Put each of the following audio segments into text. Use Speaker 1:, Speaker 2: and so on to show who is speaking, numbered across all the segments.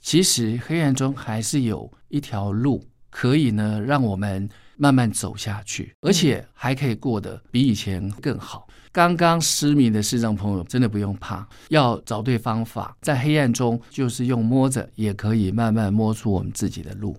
Speaker 1: 其实黑暗中还是有一条路可以呢，让我们慢慢走下去，而且还可以过得比以前更好。刚刚失明的视障朋友真的不用怕，要找对方法，在黑暗中就是用摸着，也可以慢慢摸出我们自己的路。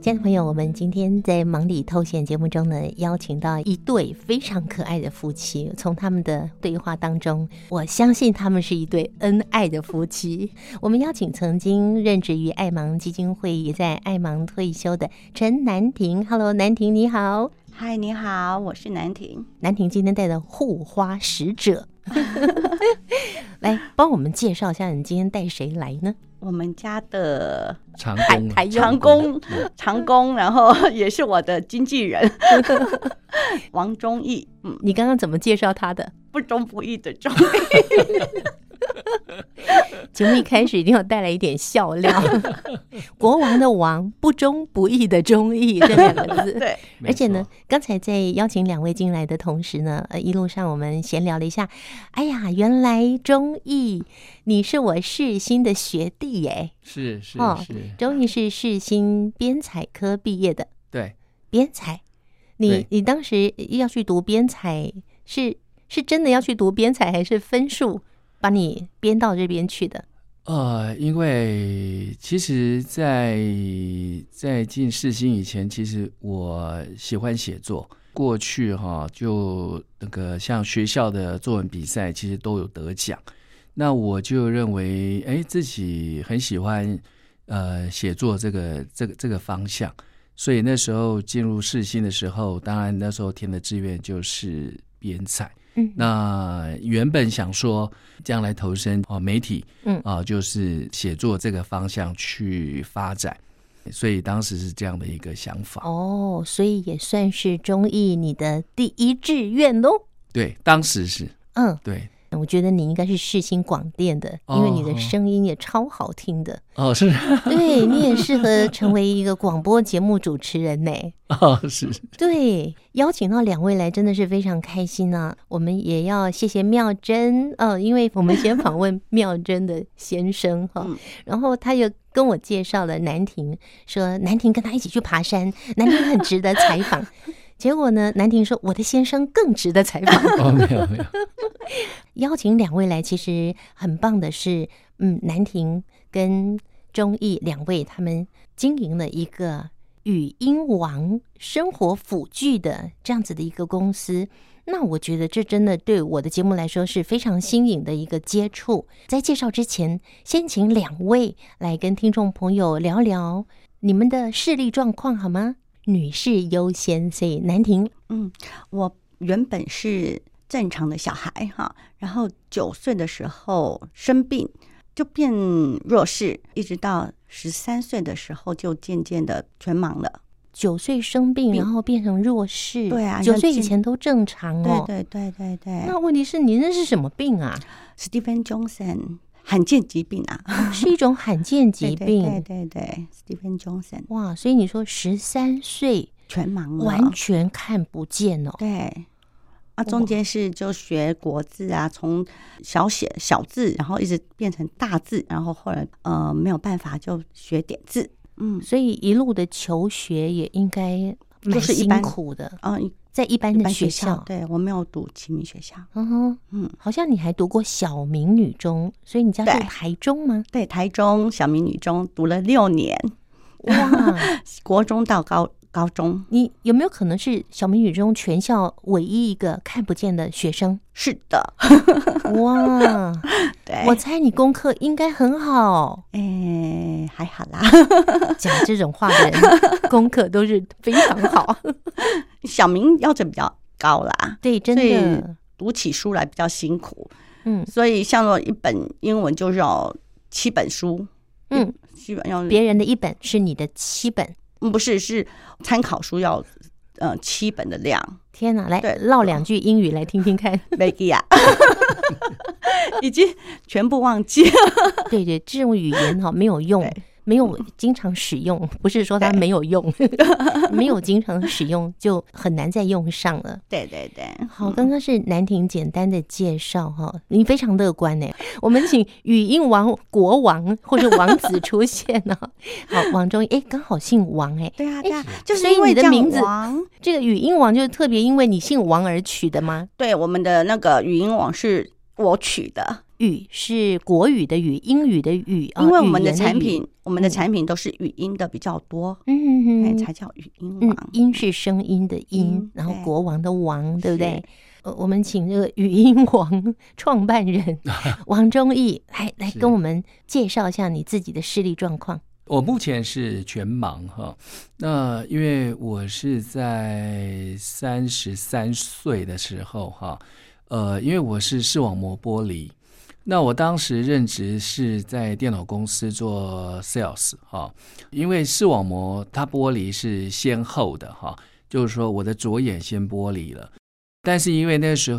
Speaker 2: 家人朋友，我们今天在《忙里偷闲》节目中呢，邀请到一对非常可爱的夫妻。从他们的对话当中，我相信他们是一对恩爱的夫妻。 我们邀请曾经任职于爱盲基金会，也在爱盲退休的陈南婷。Hello，南婷你好。
Speaker 3: 嗨，你好，我是南婷。
Speaker 2: 南婷今天带的护花使者， 来帮我们介绍一下，你今天带谁来呢？
Speaker 3: 我们家的
Speaker 1: 长工啊，
Speaker 2: 台
Speaker 3: 长工，长工，然后也是我的经纪人王忠义，嗯，
Speaker 2: 你刚刚怎么介绍他的？
Speaker 3: 不忠不义的忠。
Speaker 2: 节目一开始一定要带来一点 笑料。国王的王，不忠不义的忠义这两 个字。
Speaker 3: 对，
Speaker 1: 嗯没
Speaker 2: 而且呢
Speaker 1: 错，，
Speaker 2: 刚才在邀请两位进来的同时呢，呃，一路上我们闲聊了一下。哎呀，原来忠义，你是我世新的学弟耶！
Speaker 1: 是是
Speaker 2: 哦
Speaker 1: 是，
Speaker 2: 忠义是世新编采科毕业的，
Speaker 1: 对，
Speaker 2: 编采。你
Speaker 1: 对
Speaker 2: 你当时要去读编采，是是真的要去读编采，还是分数把你编到这边去的？
Speaker 1: 呃，因为其实在，在进世新以前，其实我喜欢写作。过去哈、就那个像学校的作文比赛，其实都有得奖。那我就认为，哎，自己很喜欢呃写作这个这个这个方向。所以那时候进入世新的时候，当然那时候填的志愿就是编采。
Speaker 2: 嗯
Speaker 1: 那原本想说将来投身哦媒体，
Speaker 2: 嗯
Speaker 1: 啊，就是写作这个方向去发展，所以当时是这样的一个想法。
Speaker 2: 哦，所以也算是忠义你的第一志愿喽。
Speaker 1: 对，当时是
Speaker 2: 嗯，
Speaker 1: 对
Speaker 2: 我觉得你应该是世新广电的，因为你的
Speaker 1: 哦
Speaker 2: 声音也超好听的，
Speaker 1: 哦，是
Speaker 2: 对你也适合成为一个广播节目主持人呢。
Speaker 1: 哦是
Speaker 2: 对，邀请到两位来真的是非常开心啊！我们也要谢谢妙珍，呃，因为我们先访问妙珍的先生哈、
Speaker 3: 嗯
Speaker 2: 然后他又跟我介绍了南婷，说南婷跟他一起去爬山，南婷很值得采访。 结果呢，南婷说我的先生更值得采访。
Speaker 1: 哦没有没有
Speaker 2: 邀请两位来，其实很棒的是，嗯，南婷跟钟毅两位他们经营了一个语音王生活辅具的这样子的一个公司。那我觉得这真的对我的节目来说是非常新颖的一个接触。在介绍之前，先请两位来跟听众朋友聊聊你们的视力状况好吗？女士优先，所以南婷
Speaker 3: 我原本是正常的小孩哈，然后九岁的时候生病，就变弱视，一直到十三岁的时候就渐渐的全盲了。
Speaker 2: 九岁生病，
Speaker 3: 病
Speaker 2: 然后变成弱视。
Speaker 3: 对啊
Speaker 2: 九岁以
Speaker 3: 要
Speaker 2: 前都正常
Speaker 3: 对
Speaker 2: 哦。
Speaker 3: 对对对对
Speaker 2: 那问题是你那是什么病啊？
Speaker 3: ，Stephen Johnson 罕见疾病啊，
Speaker 2: 是一种罕见疾
Speaker 3: 对
Speaker 2: 病。
Speaker 3: 对对对对，Stephen Johnson
Speaker 2: 哇，所以你说十三岁
Speaker 3: 全盲了，
Speaker 2: 完全看不见哦，
Speaker 3: 对。啊，中间是就学国字啊，从小写小字，然后一直变成大字，然后后来呃没有办法就学点字，嗯，
Speaker 2: 所以一路的求学也应该蛮
Speaker 3: 就是一
Speaker 2: 辛
Speaker 3: 般
Speaker 2: 苦的，
Speaker 3: 啊、一
Speaker 2: 在一般
Speaker 3: 一
Speaker 2: 的
Speaker 3: 般
Speaker 2: 哎学
Speaker 3: 学校，
Speaker 2: 校。
Speaker 3: 对我没有读启明学校，
Speaker 2: 嗯哼，
Speaker 3: 嗯，
Speaker 2: 好像你还读过小明女中，所以你家住
Speaker 3: 对
Speaker 2: 台中吗？
Speaker 3: 对，台中小民女中读了六年，
Speaker 2: 哇，
Speaker 3: 国中到高高中，
Speaker 2: 你有没有可能是小明女中全校唯一一个看不见的学 生？
Speaker 3: 是的，
Speaker 2: 哇，
Speaker 3: 对，
Speaker 2: 我猜你功课应该很好。
Speaker 3: 哎还好啦，
Speaker 2: 讲这种话的人功课都是非常好，
Speaker 3: 小明要求比较高啦，
Speaker 2: 对，真的，
Speaker 3: 读起书来比较辛苦，
Speaker 2: 嗯
Speaker 3: 所以像我一本英文就是要七本书，
Speaker 2: 嗯，
Speaker 3: 基本要
Speaker 2: 别人的一本是你的七本，
Speaker 3: 嗯不是是参考书要呃七本的量
Speaker 2: 天哪，来
Speaker 3: 对
Speaker 2: 唠两句英语来听听看。
Speaker 3: m a g g i 啊，已经全部忘记了。
Speaker 2: 对对，这种语言哈没有用
Speaker 3: 对，
Speaker 2: 没有经常使用，不是说它没有 用，没有经常使用就很难再用上了。
Speaker 3: 对对对，
Speaker 2: 好，刚刚是南婷简单的介绍哈，你非常乐观呢。 我们请语音王国王或者王子出现呢。 好，王中哎，刚好姓王哎，
Speaker 3: 对啊对啊，就是
Speaker 2: 所以
Speaker 3: 因为
Speaker 2: 你的
Speaker 3: 这样
Speaker 2: 名字
Speaker 3: 王
Speaker 2: 这个语音王就是特别因为你姓王而取的吗？
Speaker 3: 对我们的那个语音网是我取的，
Speaker 2: 语是国语的语，英语的语，啊
Speaker 3: 因为我们
Speaker 2: 语
Speaker 3: 的
Speaker 2: 言的
Speaker 3: 产
Speaker 2: 语
Speaker 3: 品，我们的
Speaker 2: 嗯
Speaker 3: 产品都是语音的比较多，
Speaker 2: 嗯
Speaker 3: 哎
Speaker 2: 嗯，嗯
Speaker 3: 才叫语音
Speaker 2: 嗯
Speaker 3: 王。，
Speaker 2: 音是声音的音
Speaker 3: 音，
Speaker 2: 然后
Speaker 3: 对
Speaker 2: 国王的王，对不对
Speaker 3: 是？
Speaker 2: 呃，我们请这个语音王创办 人王忠义来来
Speaker 1: 是
Speaker 2: 跟我们介绍一下你自己的视力状况。
Speaker 1: 我目前是全盲哈，那因为我是在三十三岁的时候哈，呃，因为我是视网膜剥离，那我当时任职是在电脑公司做 sales 哈，因为视网膜它剥离是先后的哈，就是说我的左眼先剥离了。但是因为那时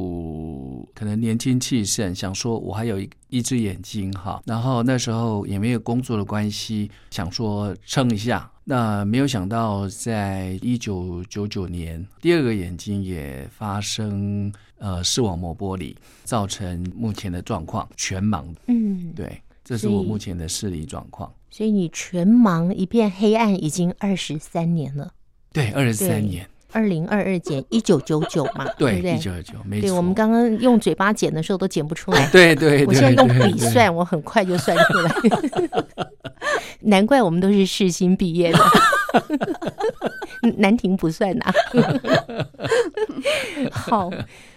Speaker 1: 候可能年轻气盛，想说我还有一一只眼睛哈，然后那时候也没有工作的关系，想说撑一下。那没有想到，在一九九九年，第二个眼睛也发生呃视网膜剥离，造成目前的状况全盲。
Speaker 2: 嗯，
Speaker 1: 对，这是我
Speaker 2: 所以
Speaker 1: 目前的视力状况。
Speaker 2: 所以你全盲一片黑暗已经二十三年了，
Speaker 1: 对，二十
Speaker 2: 对
Speaker 1: 三年，
Speaker 2: 二零二二减一九九九嘛，
Speaker 1: 对
Speaker 2: 不，
Speaker 1: 一
Speaker 2: 对？
Speaker 1: 九二九，没错。，
Speaker 2: 对，我们刚刚用嘴巴减的时候都减不出来
Speaker 1: 对对对，
Speaker 2: 我现在用
Speaker 1: 对
Speaker 2: 笔，算，我很快就算出来。 难怪我们都是世新毕业的， 南亭不算呐、 好，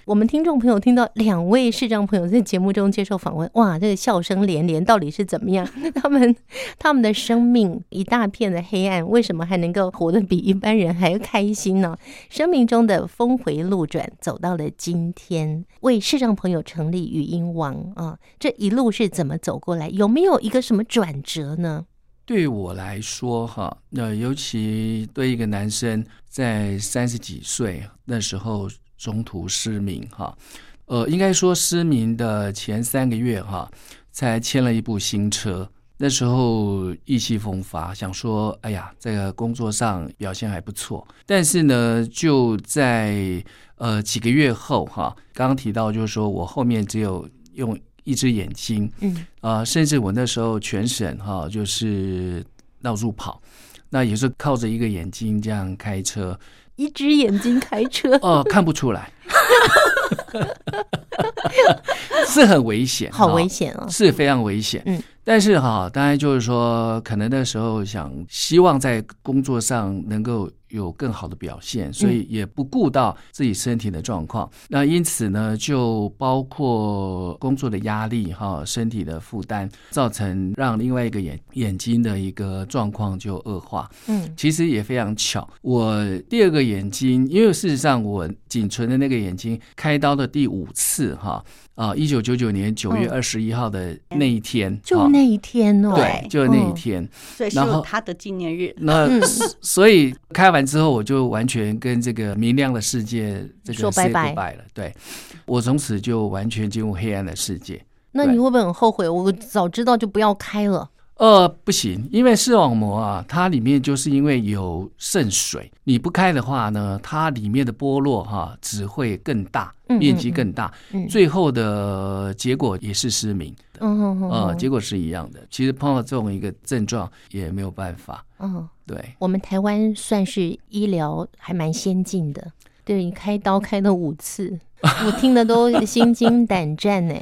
Speaker 2: 我们听众朋友听到两位视障朋友在节目中接受访问，哇，这个笑声连连，到底是怎么样？ 他们他们的生命一大片的黑暗，为什么还能够活得比一般人还要开心呢？生命中的峰回路转，走到了今天，为视障朋友成立语音网啊，这一路是怎么走过来？有没有一个什么转折呢？
Speaker 1: 对我来说，哈，那尤其对一个男生在三十几岁那时候中途失明，哈，呃，应该说失明的前三个月，哈，才签了一部新车。那时候意气风发，想说，哎呀，这个工作上表现还不错。但是呢，就在呃几个月后，哈，刚刚提到就是说我后面只有用一只眼睛，
Speaker 2: 嗯
Speaker 1: 啊，甚至我那时候全省哈、就是到处跑，那也是靠着一个眼睛这样开车，
Speaker 2: 一只眼睛开 车，
Speaker 1: 哦、看不出来， 是很危险，
Speaker 2: 好
Speaker 1: 哈
Speaker 2: 危险哦！
Speaker 1: 是非常危险。
Speaker 2: 嗯，
Speaker 1: 但是哈，当然就是说，可能那时候想希望在工作上能够有更好的表现，所以也不顾到自己身体的状况。那因此呢，就包括工作的压力哈，身体的负担，造成让另外一个眼眼睛的一个状况就恶化。
Speaker 2: 嗯
Speaker 1: 其实也非常巧，我第二个眼睛，因为事实上我仅存的那个眼睛开刀的第五次哈啊，一九九九年九月二十一号的那一天，
Speaker 2: 嗯就
Speaker 1: 哈
Speaker 2: 那一天哦，嗯
Speaker 1: 对，就那一天，
Speaker 3: 所以是
Speaker 1: 然后
Speaker 3: 他的纪念日。
Speaker 1: 那所所以开完之后，我就完全跟这个明亮的世界这个
Speaker 2: 说拜
Speaker 1: say
Speaker 2: 拜
Speaker 1: goodbye 了，对我从此就完全进入黑暗的世界。
Speaker 2: 那你会不会很后悔？我早知道就不要开了。
Speaker 1: 呃，不行，因为视网膜啊，它里面就是因为有渗水，你不开的话呢，它里面的剥落哈、只会更大，
Speaker 2: 嗯
Speaker 1: 面积更大，
Speaker 2: 嗯
Speaker 1: 最后的结果也是失明，
Speaker 2: 嗯嗯
Speaker 1: 呃，
Speaker 2: 嗯
Speaker 1: 结果是一样的。其实碰到这种一个症状也没有办法，
Speaker 2: 嗯，
Speaker 1: 对，
Speaker 2: 我们台湾算是医疗还蛮先进的，对你开刀开了五 次，我听的都心惊胆战呢。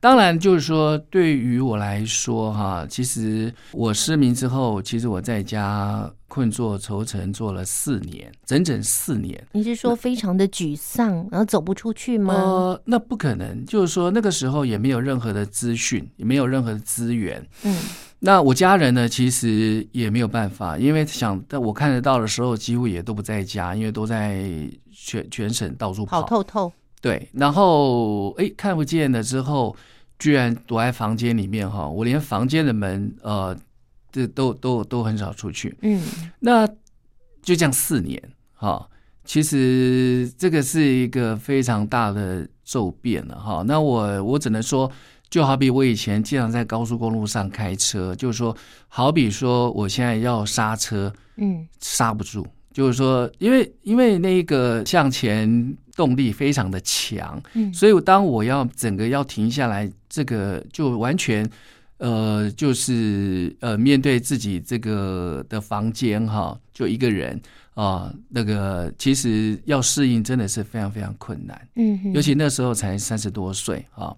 Speaker 1: 当然，就是说，对于我来说，哈，其实我失明之后，其实我在家困坐愁城坐了四年，整整四年。
Speaker 2: 你是说非常的沮丧，然后走不出去吗？
Speaker 1: 呃，那不可能，就是说那个时候也没有任何的资讯，也没有任何的资源。
Speaker 2: 嗯，
Speaker 1: 那我家人呢，其实也没有办法，因为想但我看得到的时候，几乎也都不在家，因为都在全全省到处
Speaker 2: 跑
Speaker 1: 跑。
Speaker 2: 透透。
Speaker 1: 对，然后哎看不见了之后，居然躲在房间里面哈，我连房间的门呃，这都都都很少出去。
Speaker 2: 嗯，
Speaker 1: 那就这样四年哈、其实这个是一个非常大的骤变了哈。那我我只能说，就好比我以前经常在高速公路上开车，就是说，好比说我现在要刹车，
Speaker 2: 嗯
Speaker 1: 刹不住，就是说，因为因为那个向前动力非常的强，
Speaker 2: 嗯，
Speaker 1: 所以当我要整个要停下来，这个就完全。呃，就是呃，面对自己这个的房间哈，就一个人啊、那个其实要适应真的是非常非常困难。
Speaker 2: 嗯哼，
Speaker 1: 尤其那时候才三十多岁啊，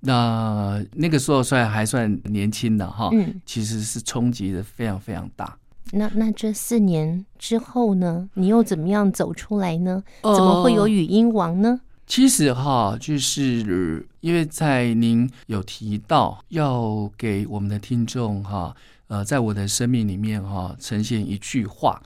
Speaker 1: 那那个时候算还算年轻的哈，
Speaker 2: 嗯，
Speaker 1: 其实是冲击的非常非常大。
Speaker 2: 那那这四年之后呢，你又怎么样走出来呢？怎么会有
Speaker 1: 呃？
Speaker 2: 语音王呢？
Speaker 1: 其实哈，就是因为在您有提到要给我们的听众哈，呃，在我的生命里面哈，呈现一句话，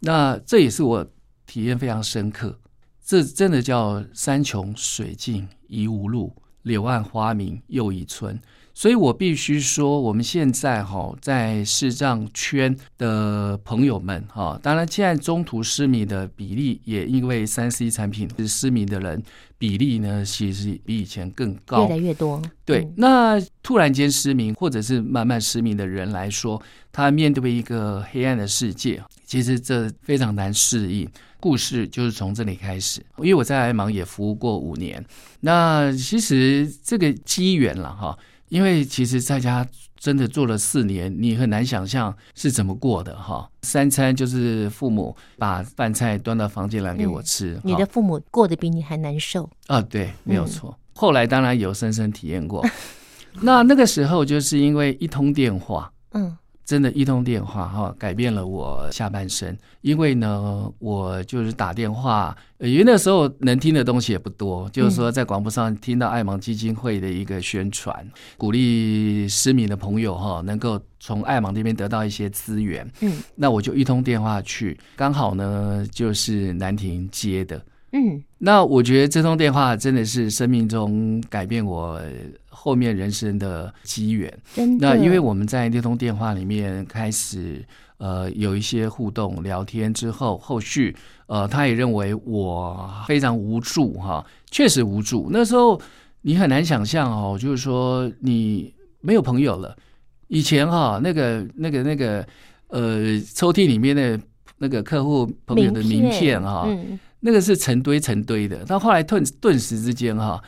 Speaker 1: 那这也是我体验非常深刻。这真的叫山穷水尽疑无路，柳暗花明又一村。所以我必须说，我们现在哈在视障圈的朋友们哈，当然现在中途失明的比例也因为三 C 产品失明的人比例呢，其实比以前更高
Speaker 2: 越。来越多，
Speaker 1: 对
Speaker 2: 嗯，
Speaker 1: 那突然间失明或者是慢慢失明的人来说，他面对一个黑暗的世界，其实这非常难适应。故事就是从这里开始，因为我在爱芒也服务过五年，那其实这个机缘了哈，因为其实在家真的做了四年，你很难想象是怎么过的哈。三餐就是父母把饭菜端到房间来给我吃，哈
Speaker 2: 嗯你的父母过得比你还难受，
Speaker 1: 啊，对，没有
Speaker 2: 嗯
Speaker 1: 错。后来当然有深深体验过。 那那个时候就是因为一通电话，
Speaker 2: 嗯
Speaker 1: 真的，一通电话哈、改变了我下半生。因为呢，我就是打电话，呃因为那时候能听的东西也不多，就是
Speaker 2: 嗯
Speaker 1: 说在广播上听到爱盲基金会的一个宣传，鼓励失明的朋友哈、能够从爱盲这边得到一些资源。
Speaker 2: 嗯
Speaker 1: 那我就一通电话去，刚好呢就是南亭接的，
Speaker 2: 嗯
Speaker 1: 那我觉得这通电话真的是生命中改变我后面人生的机缘。
Speaker 2: 真的。
Speaker 1: 那因为我们在那通电话里面开始呃有一些互动聊天之后，后续呃他也认为我非常无助哈、确实无助。那时候你很难想象哦，就是说你没有朋友了。以前哈、那个那个那个呃抽屉里面的那个客户朋友的名片啊哈、
Speaker 2: 嗯
Speaker 1: 那个是成堆成堆的，到后来顿顿时之间哈、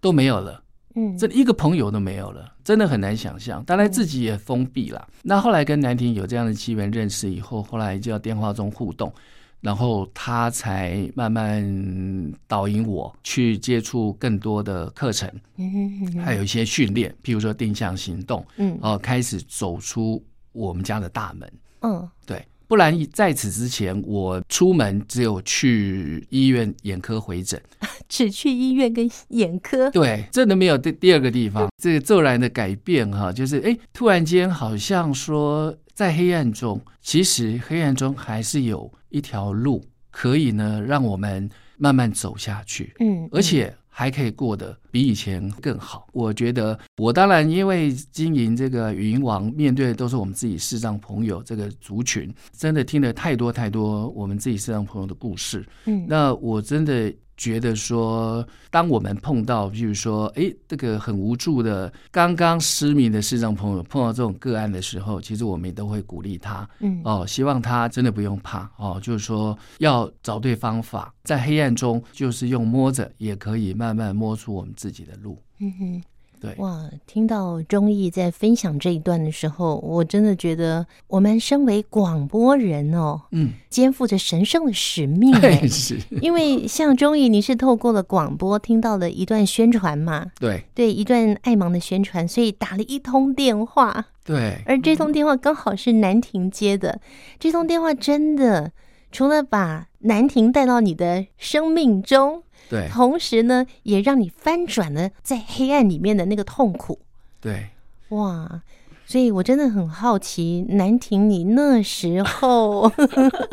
Speaker 1: 都没有了，
Speaker 2: 嗯，
Speaker 1: 这一个朋友都没有了，真的很难想象。当然自己也封闭了。那后来跟南婷有这样的机缘认识以后，后来就要电话中互动，然后他才慢慢导引我去接触更多的课程，
Speaker 2: 嗯
Speaker 1: 还有一些训练，譬如说定向行动，
Speaker 2: 嗯
Speaker 1: 哦、开始走出我们家的大门。
Speaker 2: 嗯
Speaker 1: 对，不然在此之前，我出门只有去医院眼科回诊。
Speaker 2: 只去医院跟眼 科，
Speaker 1: 对，真的没有第第二个地方。这个骤然的改变哈、就是哎，突然间好像说在黑暗中，其实黑暗中还是有一条路可以呢，让我们慢慢走下去。
Speaker 2: 嗯，
Speaker 1: 而且还可以过得比以前更好。我觉得，我当然因为经营这个语音网，面对的都是我们自己视障朋友这个族群，真的听了太多太多我们自己视障朋友的故事。
Speaker 2: 嗯
Speaker 1: 那我真的觉得说，当我们碰到，比如说，诶，这个很无助的、刚刚失明的视障朋友碰到这种个案的时候，其实我们也都会鼓励他，
Speaker 2: 嗯
Speaker 1: 哦，希望他真的不用怕哦，就是说要找对方法，在黑暗中就是用摸着也可以慢慢摸出我们自己的路。
Speaker 2: 嗯哼。
Speaker 1: 对，
Speaker 2: 哇，听到钟毅在分享这一段的时候，我真的觉得我们身为广播人哦，
Speaker 1: 嗯，
Speaker 2: 肩负着神圣的使命哎
Speaker 1: 对， 是，
Speaker 2: 因为像钟毅，你是透过了广播听到了一段宣传嘛，
Speaker 1: 对
Speaker 2: 对，一段爱盲的宣传，所以打了一通电话，
Speaker 1: 对，
Speaker 2: 而这通电话刚好是南亭接的，这通电话真的除了把南亭带到你的生命中，
Speaker 1: 对
Speaker 2: 同时呢，也让你翻转了在黑暗里面的那个痛苦。
Speaker 1: 对，
Speaker 2: 哇！所以我真的很好奇，南婷，你那时候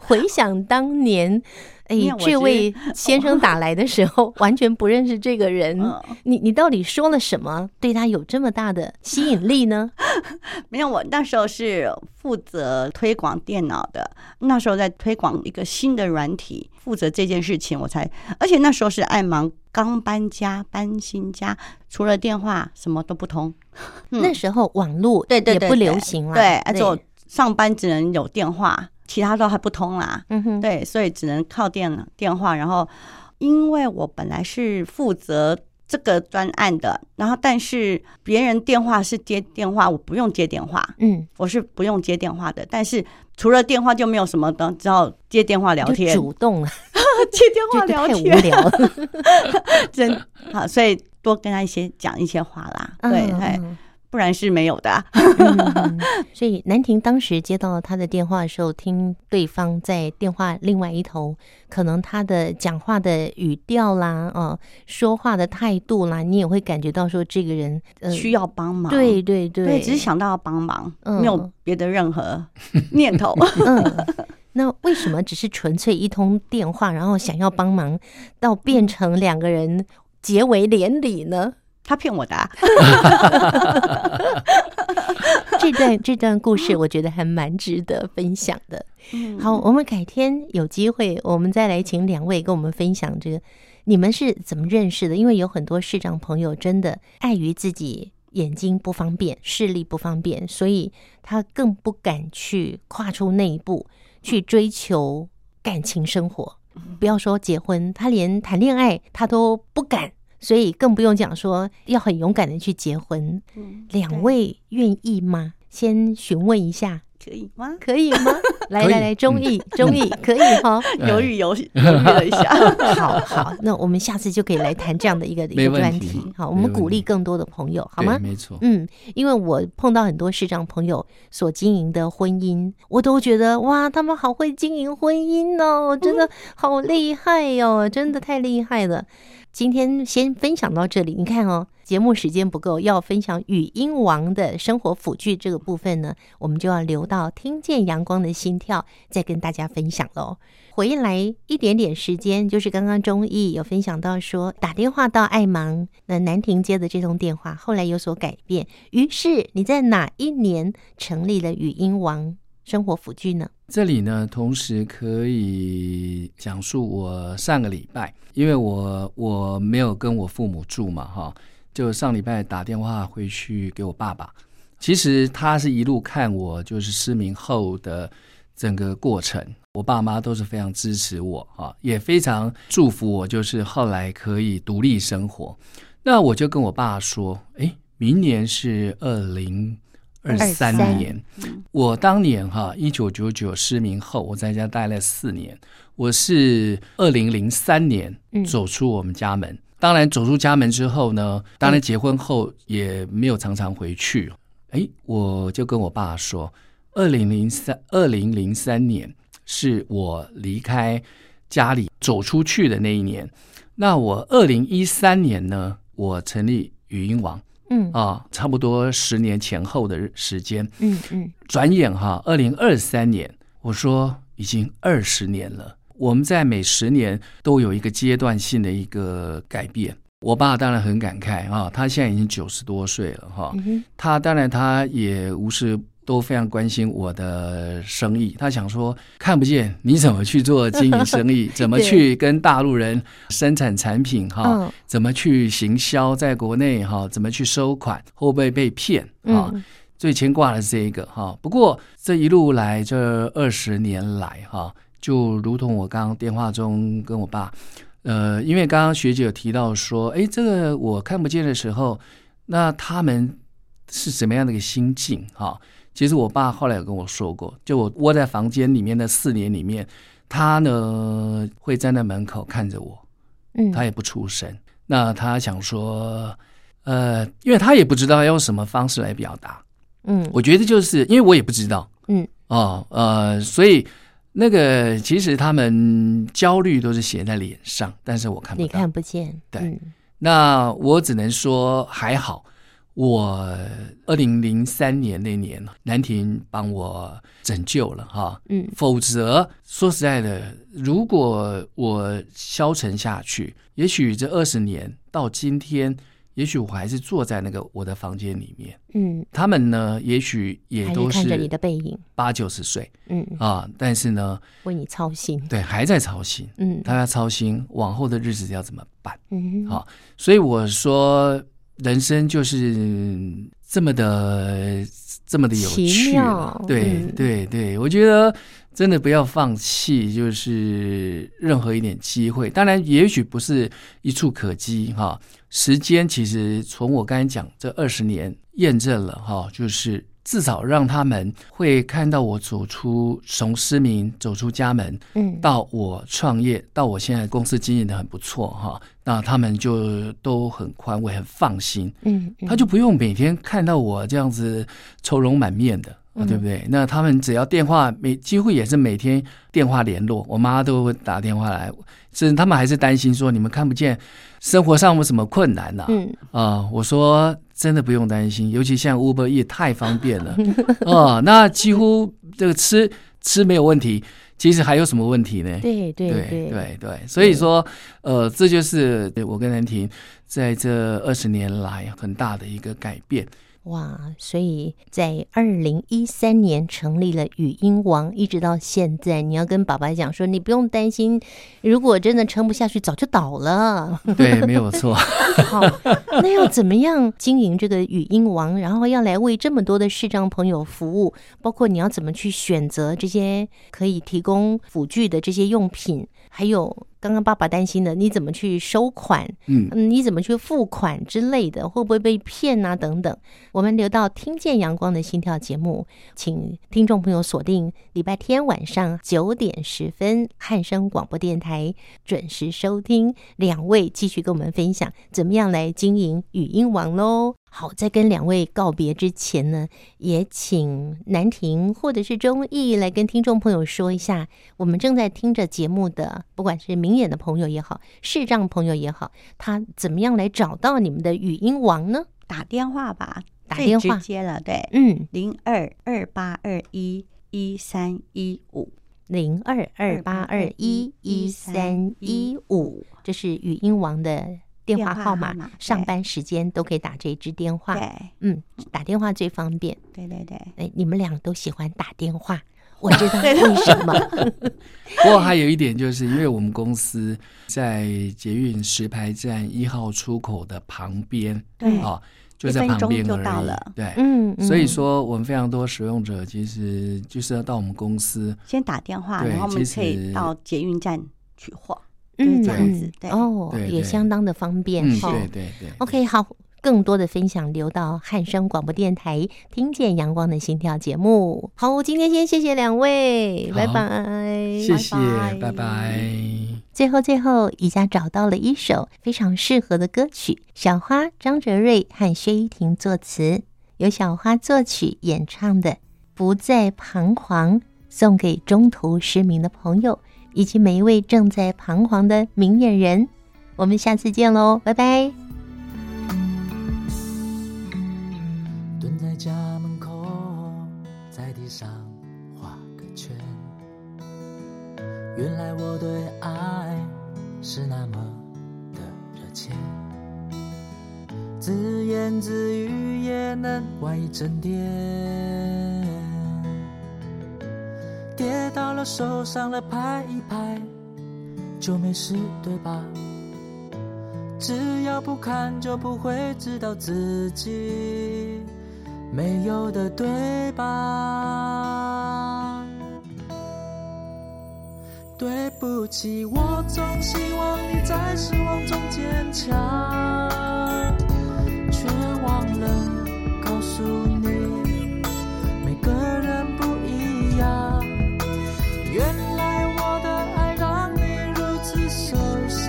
Speaker 2: 回想当年，哎
Speaker 3: 没有，我
Speaker 2: 这 位先生打来的时候， 完全不认识这个人，
Speaker 3: 嗯，
Speaker 2: 你你到底说了什么，对他有这么大的吸引力呢？
Speaker 3: 没有，我那时候是负责推广电脑的，那时候在推广一个新的软体，负责这件事情，我才，而且那时候是爱盲刚搬家，搬新家，除了电话什么都不通。嗯
Speaker 2: 那时候网络
Speaker 3: 对对
Speaker 2: 也
Speaker 3: 对
Speaker 2: 不
Speaker 3: 对
Speaker 2: 流行了，
Speaker 3: 对，而且我上班只能有电话，其他都还不通啦。
Speaker 2: 嗯哼，
Speaker 3: 对，所以只能靠电电话。然后，因为我本来是负责这个专案的，然后但是别人电话是接电话，我不用接电话，
Speaker 2: 嗯，
Speaker 3: 我是不用接电话的。但是除了电话就没有什么的，只好接电话聊
Speaker 2: 就
Speaker 3: 天，
Speaker 2: 主动了，
Speaker 3: 接电
Speaker 2: 就
Speaker 3: 话聊
Speaker 2: 太无
Speaker 3: 天，
Speaker 2: 聊 了。
Speaker 3: 真好。所以多跟他一些讲一些话啦，
Speaker 2: 嗯
Speaker 3: 对，哎，，不然是没有的啊。
Speaker 2: 嗯 所以南婷当时接到他的电话的时候，听对方在电话另外一头，可能他的讲话的语调啦，呃，说话的态度啦，你也会感觉到说这个人呃
Speaker 3: 需要帮忙，
Speaker 2: 对对对，
Speaker 3: 对，只是想到要帮忙，没有
Speaker 2: 嗯
Speaker 3: 别的任何念 头。
Speaker 2: 嗯。那为什么只是纯粹一通电话，然后想要帮忙，到变成两个人结为连理呢？
Speaker 3: 他骗我的啊、
Speaker 2: 这段这段故事，我觉得还蛮值得分享的。
Speaker 3: 嗯
Speaker 2: 好，哦我们改天有机会，我们再来请两位跟我们分享这个你们是怎么认识的？因为有很多视障朋友真的碍于自己眼睛不方便、视力不方便，所以他更不敢去跨出那一步
Speaker 3: 嗯
Speaker 2: 去追求感情生活。
Speaker 3: 嗯
Speaker 2: 不要说结婚，他连谈恋爱他都不敢，所以更不用讲说要很勇敢的去结婚。
Speaker 3: 嗯
Speaker 2: 两位愿意吗？先询问一下。
Speaker 3: 可以吗？
Speaker 2: 可以 吗？来
Speaker 1: 可以嗯
Speaker 2: 来来，中意中意，可以 哈。
Speaker 3: 犹
Speaker 1: 哎
Speaker 3: 豫犹豫犹豫了一下，
Speaker 2: 哎 好好，那我们下次就可以来谈这样的一个一
Speaker 1: 没
Speaker 2: 个
Speaker 1: 问
Speaker 2: 专
Speaker 1: 题
Speaker 2: 题。好，我
Speaker 1: 没
Speaker 2: 们
Speaker 1: 问
Speaker 2: 鼓励
Speaker 1: 题
Speaker 2: 更多的朋友，好
Speaker 1: 对
Speaker 2: 吗？
Speaker 1: 没错，
Speaker 2: 嗯，因为我碰到很多视障朋友所经营的婚姻，我都觉得哇，他们好会经营婚姻哦，真的好厉害哦，真的太厉害了。今天先分享到这里，你看哦，节目时间不够，要分享语音王的生活辅具这个部分呢，我们就要留到听见阳光的心跳再跟大家分享喽。回来一点点时间，就是刚刚钟毅有分享到说打电话到爱芒，那南婷接的这通电话后来有所改变，于是你在哪一年成立了语音王生活辅具呢？
Speaker 1: 这里呢，同时可以讲述我上个礼拜，因为我我没有跟我父母住嘛，哈，就上礼拜打电话回去给我爸爸。其实他是一路看我就是失明后的整个过程，我爸妈都是非常支持我啊，也非常祝福我，就是后来可以独立生活。那我就跟我爸说，诶，明年是二零二三嗯
Speaker 2: 23
Speaker 1: 年，我当年哈，一九九九失明后，我在家待了四年。我是二零零三年
Speaker 2: 嗯
Speaker 1: 走出我们家门，当然走出家门之后呢，当然结婚后也没有常常回去。哎，我就跟我爸说，二零零三二零零三年是我离开家里走出去的那一年。那我二零一三年呢，我成立语音网
Speaker 2: 嗯
Speaker 1: 啊，差不多十年前后的时间。
Speaker 2: 嗯嗯
Speaker 1: 转眼哈，二零二三年，我说已经二十年了。我们在每十年都有一个阶段性的一个改变。我爸当然很感慨啊，他现在已经九十多岁了哈，
Speaker 2: 嗯哼
Speaker 1: 他当然他也无时都非常关心我的生意，他想说看不见你怎么去做经营生 意，怎么去跟大陆人生产产品哈，
Speaker 2: 嗯
Speaker 1: 怎么去行销在国内哈，怎么去收款，会不会被骗啊？
Speaker 2: 嗯
Speaker 1: 最牵挂的是这一个哈。不过这一路来，这二十年来哈，就如同我刚刚电话中跟我爸，呃，因为刚刚学姐有提到说，诶，这个我看不见的时候，那他们是怎么样的一个心境哈？其实我爸后来有跟我说过，就我窝在房间里面的四年里面，他呢会站在门口看着我，
Speaker 2: 嗯，
Speaker 1: 他也不出声。那他想说，呃，因为他也不知道要用什么方式来表达。
Speaker 2: 嗯
Speaker 1: 我觉得就是因为我也不知道，
Speaker 2: 嗯，
Speaker 1: 哦，呃，所以那个其实他们焦虑都是写在脸上，但是我看不
Speaker 2: 你
Speaker 1: 到。
Speaker 2: 看不见，
Speaker 1: 对
Speaker 2: 嗯
Speaker 1: 那我只能说还好，我二零零三年那年南婷帮我拯救了哈，
Speaker 2: 嗯
Speaker 1: 否则说实在的，如果我消沉下去，也许这二十年到今天。也许我还是坐在那个我的房间里面。
Speaker 2: 嗯，
Speaker 1: 他们呢，也许也
Speaker 2: 还
Speaker 1: 都
Speaker 2: 是看着
Speaker 1: 是
Speaker 2: 你的背影，
Speaker 1: 八九十岁
Speaker 2: 嗯，
Speaker 1: 啊，但是呢，
Speaker 2: 为你操心，
Speaker 1: 对，还在操心，
Speaker 2: 嗯
Speaker 1: 大家操心往后的日子要怎么办。
Speaker 2: 嗯，
Speaker 1: 好所以我说，人生就是这么的，这么的有
Speaker 2: 奇
Speaker 1: 趣
Speaker 2: 妙
Speaker 1: 了。对、
Speaker 2: 嗯
Speaker 1: 对对，我觉得真的不要放弃，就是任何一点机会。当然，也许不是一触可及哈。时间其实从我刚才讲这二十年验证了哈，就是。至少让他们会看到我走出从失明走出家门，
Speaker 2: 嗯，
Speaker 1: 到我创业，到我现在公司经营的很不错哈，那他们就都很宽慰，很放心，
Speaker 2: 嗯，嗯
Speaker 1: 他就不用每天看到我这样子愁容满面的。啊
Speaker 2: 嗯
Speaker 1: 对不对？那他们只要电话每几乎也是每天电话联络，我妈都会打电话来，甚至他们还是担心说你们看不见，生活上有什么困难呐、啊？
Speaker 2: 嗯，
Speaker 1: 我说真的不用担心，尤其像 Uber E 太方便 了啊、那几乎这个吃吃没有问题，其实还有什么问题呢？
Speaker 2: 对对
Speaker 1: 对，对所以说，呃，这就是我跟南婷在这二十年来很大的一个改变。
Speaker 2: 哇！所以在二零一三年成立了语音王，一直到现在，你要跟爸爸讲说，你不用担心，如果真的撑不下去，早就倒了。
Speaker 1: 对，没有错。
Speaker 2: 好，那要怎么样经营这个语音王？然后要来为这么多的视障朋友服务，包括你要怎么去选择这些可以提供辅具的这些用品，还有刚刚爸爸担心的，你怎么去收款？
Speaker 1: 嗯，
Speaker 2: 嗯，你怎么去付款之类的，会不会被骗啊？等等，我们留到听见阳光的心跳节目，请听众朋友锁定礼拜天晚上九点十分，汉声广播电台准时收听。两位继续跟我们分享怎么样来经营语音网喽。好，在跟两位告别之前呢，也请南婷或者是钟毅来跟听众朋友说一下，我们正在听着节目的，不管是明眼的朋友也好，视障朋友也好，他怎么样来找到你们的语音王呢？
Speaker 3: 打电话吧，
Speaker 2: 打
Speaker 3: 最
Speaker 2: 电话
Speaker 3: 直接了，对，
Speaker 2: 嗯，
Speaker 3: 零二二八二一一三一五，
Speaker 2: 零二二八二一一三一五，这是语音王的电话号码
Speaker 3: 电话号码，对
Speaker 2: 上班时间都可以打这支电话。
Speaker 3: 对，
Speaker 2: 嗯，打电话最方便。
Speaker 3: 对对对，
Speaker 2: 哎，你们俩都喜欢打电 话，我知道为什 么。
Speaker 1: 不过还有一点就是，因为我们公司在捷运石牌站一号出口的旁边
Speaker 3: 对
Speaker 1: 啊，就在旁边
Speaker 3: 一分
Speaker 1: 而
Speaker 3: 钟就
Speaker 1: 已。
Speaker 3: 到了
Speaker 1: 对，
Speaker 2: 嗯，嗯
Speaker 1: 所以说我们非常多使用者其实就是要到我们公司。
Speaker 3: 先打电话，
Speaker 1: 对
Speaker 3: 然后我们
Speaker 1: 其
Speaker 3: 可以
Speaker 1: 实
Speaker 3: 到捷运站取货，
Speaker 2: 嗯
Speaker 3: 就是这样子，对，
Speaker 2: 哦
Speaker 1: 对，
Speaker 2: 也
Speaker 1: 对
Speaker 2: 相当的方便
Speaker 1: 嗯，
Speaker 2: 哈。
Speaker 1: 对对对。
Speaker 2: OK，好，更多的分享留到汉声广播电台“听见阳光的心跳”节目。好，今天先谢谢两位，拜
Speaker 1: 好
Speaker 2: 拜。
Speaker 1: 谢谢，
Speaker 3: 拜
Speaker 1: 拜
Speaker 3: 拜
Speaker 1: 拜。
Speaker 2: 最后，最后，宜家找到了一首非常适合的歌曲，小花、张哲瑞和薛依婷作词，由小花作曲演唱的《不再彷徨》，送给中途失明的朋友，以及每一位正在彷徨的明眼人。我们下次见喽，拜拜。
Speaker 4: 蹲在家门口，在地上画个圈。原来我对爱是那么的热切，自言自语也能玩一整天。跌倒了，受伤了，拍一拍，就没事，对吧？只要不看就不会知道自己没有的，对吧？对不起，我总希望你在失望中坚强，却忘了告诉你，每个人不一样。原来我的爱让你如此受伤，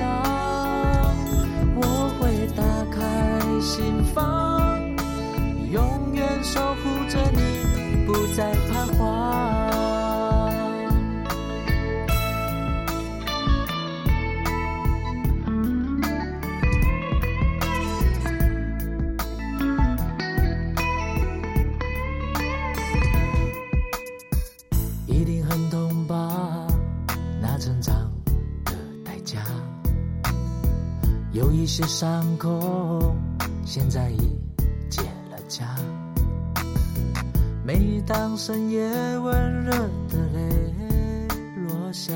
Speaker 4: 我会打开心房，永远守护着你，不再彷徨。一定很痛吧？那成长的代价，有一些伤口现在已解了痂。每当深夜温热的泪落下，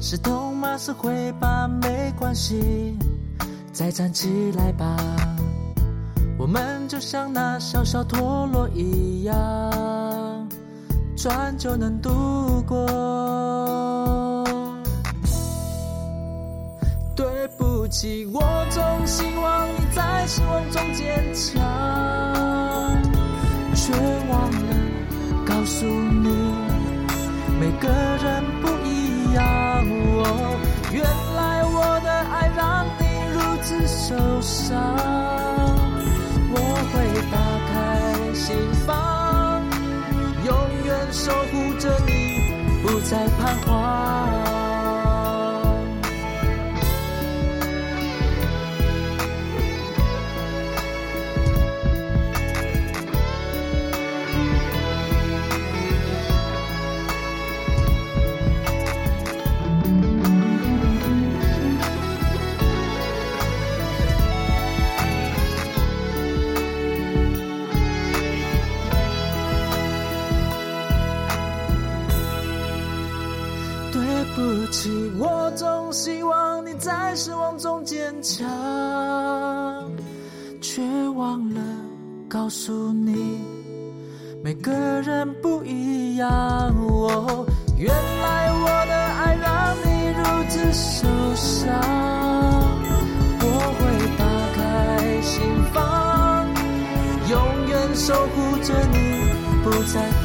Speaker 4: 是痛吗？是会吧？没关系，再站起来吧。我们就像那小小陀螺一样，转就能度过。对不起，我总希望你在失望中坚强，却忘了告诉你，每个人不一样。哦，原来我的爱让你如此受伤，我会打开心房，永远守护着你，不再彷徨。对不起，我总希望你在失望中坚强，却忘了告诉你，每个人不一样。哦，原来我的爱让你如此受伤，我会打开心房，永远守护着你，不再